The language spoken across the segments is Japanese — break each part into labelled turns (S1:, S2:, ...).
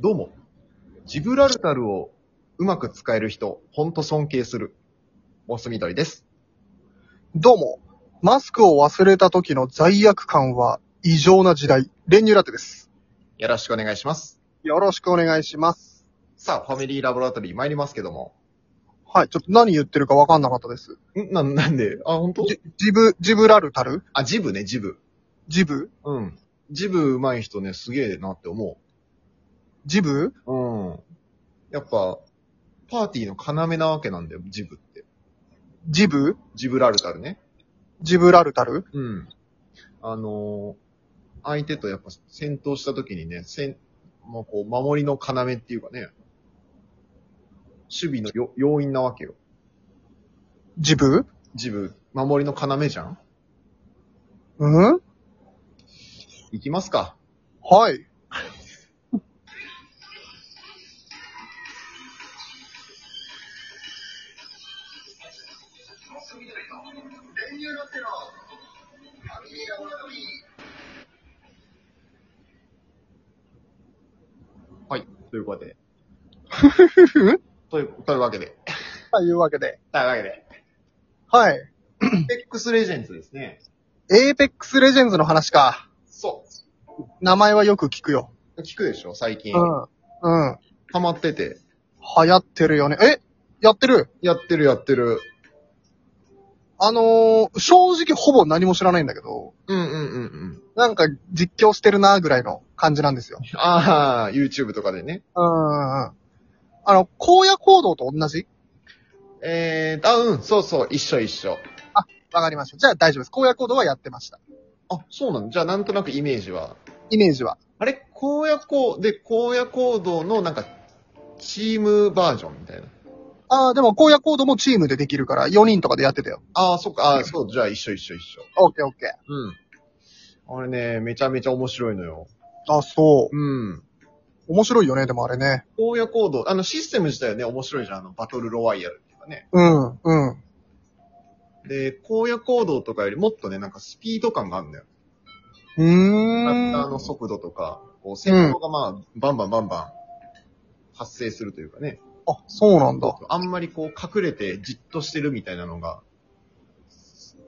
S1: どうも。ジブラルタルをうまく使える人、ほんと尊敬する。モスみどりです。
S2: どうも。マスクを忘れた時の罪悪感は異常な時代。練乳ラテです。
S1: よろしくお願いします。
S2: よろしくお願いします。
S1: さあ、ファミリーラボラトリー参りますけども。
S2: はい。ちょっと何言ってるかわかんなかったです。
S1: んな、なんであ、ほんと
S2: ジジブ、ジブラルタル
S1: あ、ジブね、ジブ。
S2: ジブ
S1: うん。ジブ上手い人ね、すげえなって思
S2: ジブ
S1: う。うん。やっぱ、パーティーの要なわけなんだよ、ジブって。
S2: ジブ
S1: ジブラルタルね。
S2: ジブラルタル
S1: うん。あのー相手とやっぱ戦闘した時にね、戦、まあ、こう、守りの要っていうかね、守備のよ要因なわけよ。
S2: ジブ
S1: 自分、守りの要じゃん
S2: うん
S1: いきますか。
S2: はい。
S1: はい。という ことで。という、というわけで。
S2: というわけで。
S1: というわけで。
S2: はい。
S1: エックスレジェンズですね。
S2: エーペックスレジェンズの話か。
S1: そ
S2: 名前はよく聞くよ。
S1: う。聞くでしょ最近。
S2: うん。うん。
S1: ハマってて。
S2: 流行ってるよね。えやってる
S1: やってるやってる。
S2: あのー、正直ほぼ何も知らないんだけど、
S1: うんうんうんうん。
S2: なんか実況してるなぐらいの感じなんですよ。
S1: ああ、YouTube とかでね。
S2: うんうんうん。あの、荒野行動と同じ
S1: えー、あ、うん、そうそう、一緒一緒。
S2: わかりました。じゃあ大丈夫です。荒野行動はやってました。
S1: あ、そうなのじゃあなんとなくイメージは。
S2: イメージは。
S1: あれ荒野行で、荒野行動のなんか、チームバージョンみたいな。
S2: ああ、でも荒野行動もチームでできるから、4人とかでやってたよ。
S1: ああ、そっか、ああ、そう、じゃあ一緒一緒一緒。
S2: オッケーオッケー。
S1: うん。あれね、めちゃめちゃ面白いのよ。
S2: あ、そ
S1: うん。
S2: う。面白いよね、でもあれね。
S1: 荒野行動、あの、システム自体はね、面白いじゃん。あの、バトルロワイヤルっていうかね。
S2: うん、うん。
S1: で、荒野行動とかよりもっとね、なんかスピード感があるんだよ。
S2: う
S1: キャラクター
S2: ーん。
S1: の速度とか、こう、戦闘がまあ、バンバンバンバン、発生するというかね。
S2: あ、そうなんだ。
S1: あんまりこう隠れてじっとしてるみたいなのが、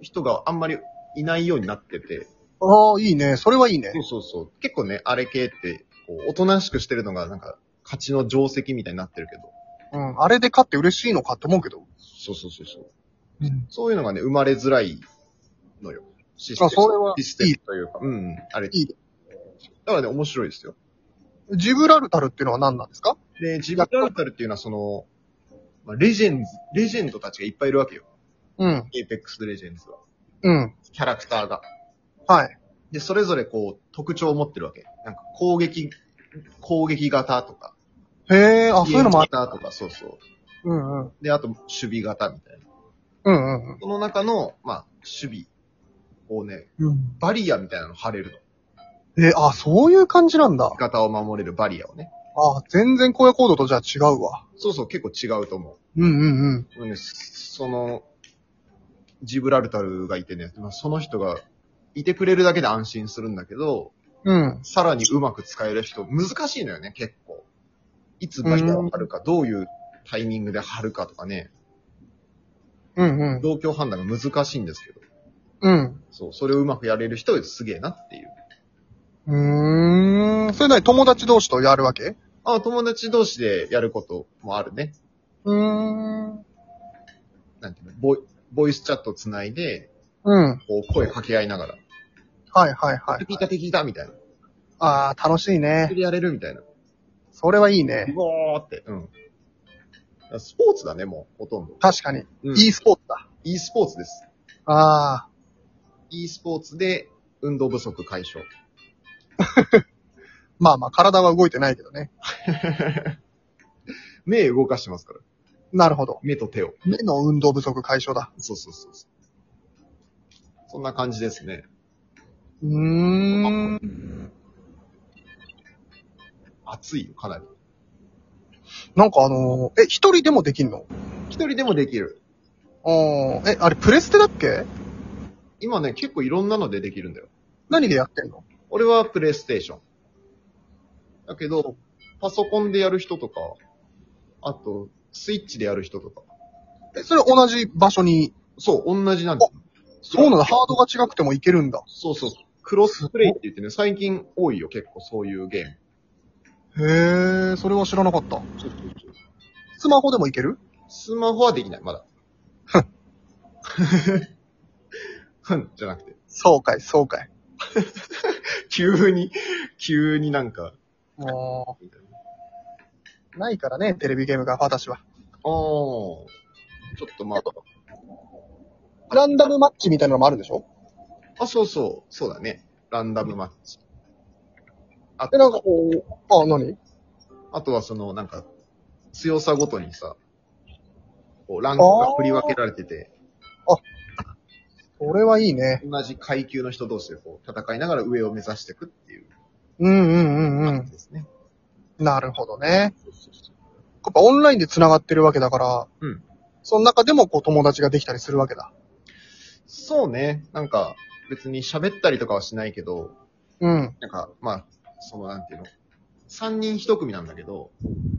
S1: 人があんまりいないようになってて、
S2: ああ、いいね。それはいいね
S1: そ。うそうそう。結構ね、あれ系って、こう、おとなしくしてるのがなんか、勝ちの定石みたいになってるけど、
S2: うん。あれで勝って嬉しいのかって思うけど。
S1: そうそうそうそう。
S2: うん。
S1: そういうのがね、生まれづらいのよ。システム。
S2: あそれは
S1: システムというか、うんうん、あれ。
S2: いい
S1: だからね、面白いですよ。
S2: ジブラルタルっていうのは何なんですか
S1: で、ジブラルタルっていうのはその、まあ、レジェンズ、レジェンドたちがいっぱいいるわけよ。
S2: うん。
S1: エーペックスレジェンズは。
S2: うん。
S1: キャラクターが。
S2: はい。
S1: で、それぞれこう、特徴を持ってるわけ。なんか攻撃、攻撃型とか。
S2: へえ、あ、そういうのもある。
S1: たとか、そうそう。
S2: うんうん。
S1: で、あと、守備型みたいな。
S2: うんうん
S1: その中の、まあ、守備をね、
S2: うん。うん。
S1: バリアみたいなの張れるの。
S2: え、あ、そういう感じなんだ
S1: 味。方を守れるバリアをね。
S2: あ、全然荒野行動とじゃあ違うわ。
S1: そうそう、結構違うと思
S2: うんうんうん。
S1: う。うんねその、ジブラルタルがいてね、まあ、その人がいてくれるだけで安心するんだけど、
S2: うん。
S1: さらにうまく使える人、難しいのよね、結構。いつバリアを張るか、どういうタイミングで張るかとかね、
S2: うんうん。
S1: 状況判断が難しいんですけど、
S2: うん。
S1: そう、それをうまくやれる人すげえなっていう。
S2: うーん。それなり友達同士とやるわけ
S1: あ、友達同士でやることもあるね。
S2: うーん。
S1: なんていうの、ボイボイスチャットつないで、
S2: うん。
S1: こう声掛け合いながら、
S2: はいはいは
S1: 敵
S2: い。
S1: だ敵だみたいな。
S2: ああ、楽しいね。
S1: 敵やれるみたいな。
S2: それはいいね。
S1: うおーって、うん。だからスポーツだね、もう、ほとんど。
S2: 確かに。
S1: うん、
S2: e スポーツだ。
S1: e スポーツです。
S2: ああ。
S1: e スポーツで運動不足解消。
S2: まあまあ、体は動いてないけどね。
S1: 目動かしてますから。
S2: なるほど。
S1: 目と手を。
S2: 目の運動不足解消だ。
S1: そうそうそうそう。そんな感じですね。
S2: うーん。
S1: 暑いよ、かなり。
S2: なんかあのーえ、一人でもできんの
S1: 一人でもできる。
S2: ああ。え、あれプレステだっけ
S1: 今ね、結構いろんなのでできるんだよ。
S2: 何でやってんの
S1: 俺はプレイステーション。だけど、パソコンでやる人とか、あと、スイッチでやる人とか。
S2: え、それ同じ場所に、
S1: そう、同じなんですよ。
S2: そうなんだ、ハードが違くてもいけるんだ。
S1: そうそう。クロスプレイって言ってね、最近多いよ、結構そういうゲーム。
S2: へえ、それは知らなかった。スマホでもいける
S1: スマホはできない、まだ。ふん。じゃなくて。
S2: そうかい、そうかい。
S1: 急に、急になんか、
S2: も
S1: みたいな。あ
S2: う、ないからね、テレビゲームが、私は。
S1: あ。ちょっとまあ、
S2: ランダムマッチみたいなのもあるでしょ
S1: あ、そうそう、そうだね。ランダムマッチ。あ
S2: で、なんかこう、あ、何
S1: あとはその、なんか、強さごとにさ、こうランクが振り分けられてて、
S2: それはいいね。
S1: 同じ階級の人同士でこう戦いながら上を目指していくっていう
S2: うんうんうんう
S1: 感
S2: ん
S1: じ。ですね。
S2: なるほどね。やっぱオンラインで繋がってるわけだから、
S1: うん
S2: その中でもこう友達ができたりするわけだ。
S1: そうね。なんか、別に喋ったりとかはしないけど、
S2: うん。
S1: なんか、まあ、その、なんていうの。三人一組なんだけど、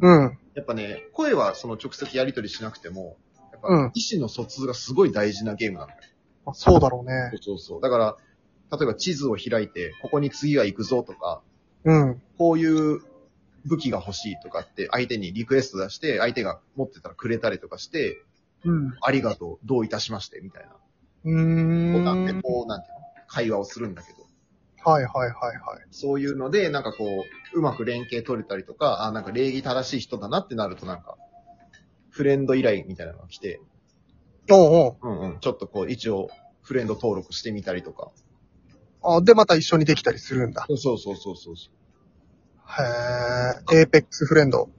S2: うん。
S1: やっぱね、声はその直接やり取りしなくても、やっぱ
S2: うん
S1: 意思の疎通がすごい大事なゲームなんだよ。
S2: まあそうだろうね。
S1: そうそうそう。だから、例えば地図を開いて、ここに次は行くぞとか、
S2: うん。
S1: こういう武器が欲しいとかって相手にリクエスト出して、相手が持ってたらくれたりとかして、
S2: うん。
S1: ありがとう、どういたしまして、みたいな。
S2: うー
S1: ボ
S2: ん。
S1: タン
S2: は
S1: で
S2: い
S1: こう、なんていうの、会話をするんだけど。
S2: はいはいはい。
S1: そういうので、なんかこう、うまく連携取れたりとか、あ、なんか礼儀正しい人だなってなるとなんか、フレンド依頼みたいなのが来て、
S2: おう
S1: うんうん、ちょっとこう、一応、フレンド登録してみたりとか。
S2: おうあ。で、また一緒にできたりするんだ。
S1: そうそうそうそうそう。
S2: へえ。エーペックスフレンド。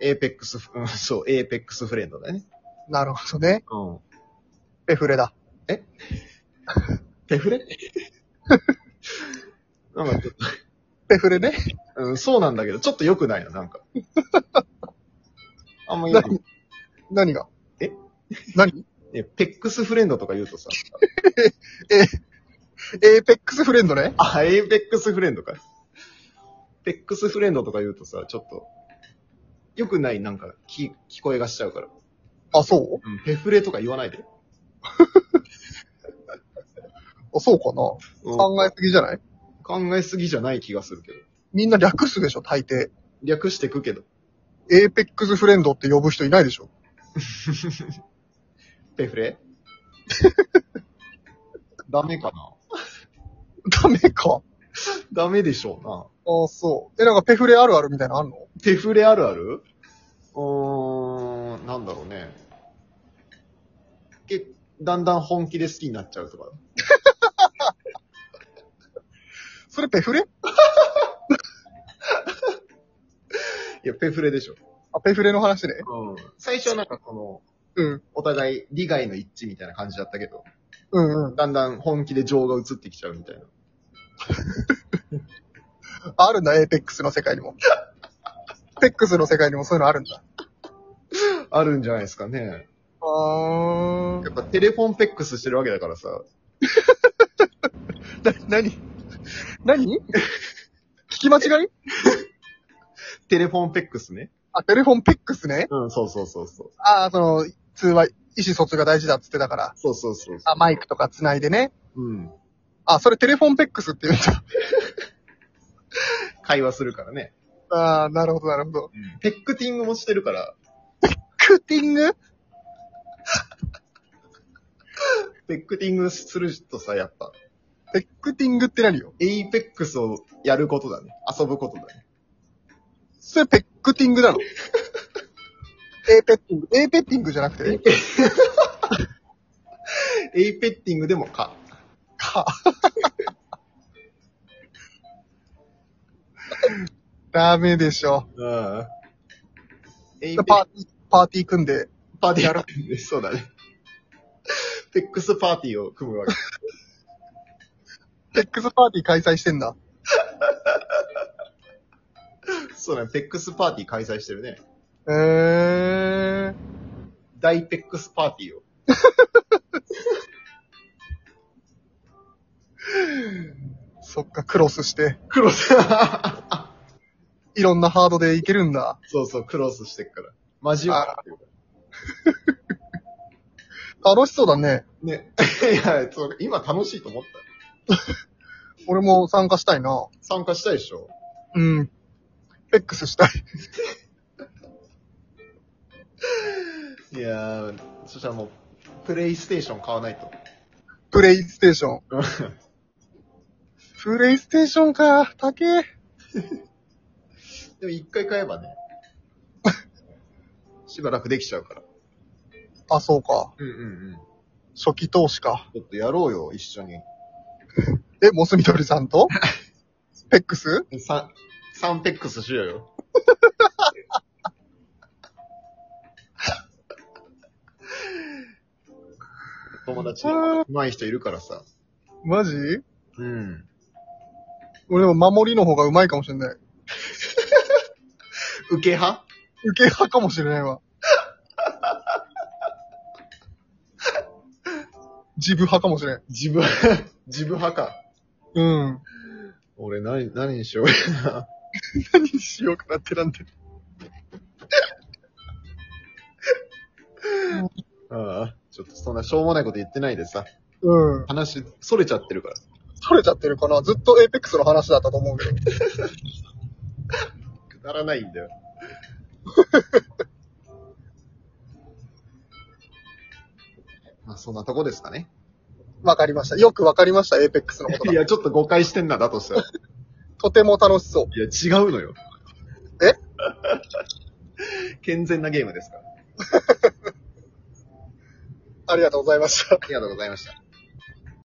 S1: エーペックス、うんそう、エーペックスフレンドだよね。
S2: なるほどね。
S1: うん。
S2: ペフレだ。
S1: 手フレ なんかちょっと、
S2: ペフレね。
S1: うん、そうなんだけど、ちょっと良くないの、なん か。あんま良くない。
S2: 何が
S1: え
S2: 何
S1: ねペックスフレンドとか言うとさ、
S2: エーペックスフレンドね。
S1: あ、エイペックスフレンドか。ペックスフレンドとか言うとさ、ちょっと、良くない、なんか、き、聞こえがしちゃうから。
S2: あ、そ
S1: うん、ペフレとか言わないで。
S2: うあ、そうかな。
S1: うん
S2: 考えすぎじゃない
S1: 考えすぎじゃない気がするけど。
S2: みんな略すでしょ、大抵。
S1: 略してくけど。
S2: エーペックスフレンドって呼ぶ人いないでしょ。
S1: ペフレダメかな
S2: ダメか。
S1: ダメでしょうな。
S2: あ、そう。え、なんかペフレあるあるみたいなのあんの
S1: 手触れあるあるうーん、なんだろうね。けだんだん本気で好きになっちゃうとか。
S2: それペフレ
S1: いや、ペフレでしょ。
S2: あ、ペフレの話ね。
S1: うん。最初はなんかこの、
S2: うん。
S1: お互い利害の一致みたいな感じだったけど、
S2: うんうん。
S1: だんだん本気で情が移ってきちゃうみたいな。
S2: あるんだ、エーペックスの世界にも。 ペックスの世界にもそういうのあるんだ。
S1: あるんじゃないですかね。
S2: あ
S1: やっぱテレフォンペックスしてるわけだからさ。
S2: な、なにな に聞き間違い
S1: テレフォンペックスね。
S2: あ、テレフォンペックスね。
S1: うん、そうそうそうそう。
S2: ああ、その、通話、意思疎通が大事だっつってたから。
S1: そうそうそうそ
S2: あ、マイクとか繋いでね。
S1: う。うん。
S2: あ、それテレフォンペックスって言うんだ。
S1: 会話するからね。
S2: ああ、なるほど、なるほど。
S1: ペックティングもしてるから、
S2: クッティング
S1: ペックティングするとさ、やっぱ、
S2: ペックティングって何よ
S1: エイペックスをやることだね。遊ぶことだね。
S2: それペックティングなのエーペッティング。エーペッティングじゃなくて、
S1: エイペッティングでもか。
S2: か。ダメでしょ。
S1: うん。エイペッ
S2: パーティー、パーティー組んで、
S1: パーティー
S2: や
S1: や
S2: る
S1: る。そうだね。ペックスパーティーを組むわけ。
S2: ペックスパーティー開催してんだ。
S1: そうだね。ペックスパーティー開催してるね。
S2: へえー。
S1: 大ペックスパーティーを。
S2: そっか、クロスして。
S1: クロス。
S2: いろんなハードでいけるんだ。
S1: そうそう、クロスしてっから。交わるっていうか。
S2: 楽しそうだね。
S1: ね。 いや、そう今楽しいと思った。
S2: 俺も参加したいな。
S1: 参加したいでしょ
S2: うん。フェックスしたい。
S1: いやー、そしたらもう、プレイステーション買わない と。
S2: プレイステーション。プレイステーションか。高え。
S1: でも一回買えばね、 しばらくできちゃうから。
S2: あ、そうか。
S1: うんうんうん。
S2: 初期投資か。
S1: ちょっとやろうよ、一緒に。
S2: え、モスミドリさん とフェックス
S1: ササンペックスしよう よ。友達、上手い人いるからさ。
S2: マジ
S1: うん。
S2: 俺でも守りの方が上手いかもしれない。
S1: 受け派
S2: 受け派かもしれない わ。自分派かもしれん。
S1: 自分、 自分派か。
S2: うん。
S1: 俺何、何にしようかな。
S2: 何しようかなってなんて。
S1: ああ、ちょっとそんなしょうもないこと言ってないでさ、
S2: うん。
S1: 話、逸れちゃってるから。
S2: それちゃってるかなずっとエイペックスの話だったと思うけど。
S1: くだらないんだよ。 まあ、そんなとこですかね。
S2: わかりました。よくわかりました、エイペックスのこと
S1: い
S2: が。
S1: や、ちょっと誤解してんな、だとしたら。
S2: とても楽しそう。
S1: いや、違うのよ。
S2: え
S1: 健全な ゲームですから。
S2: ありがとうございました。
S1: ありがとうございました。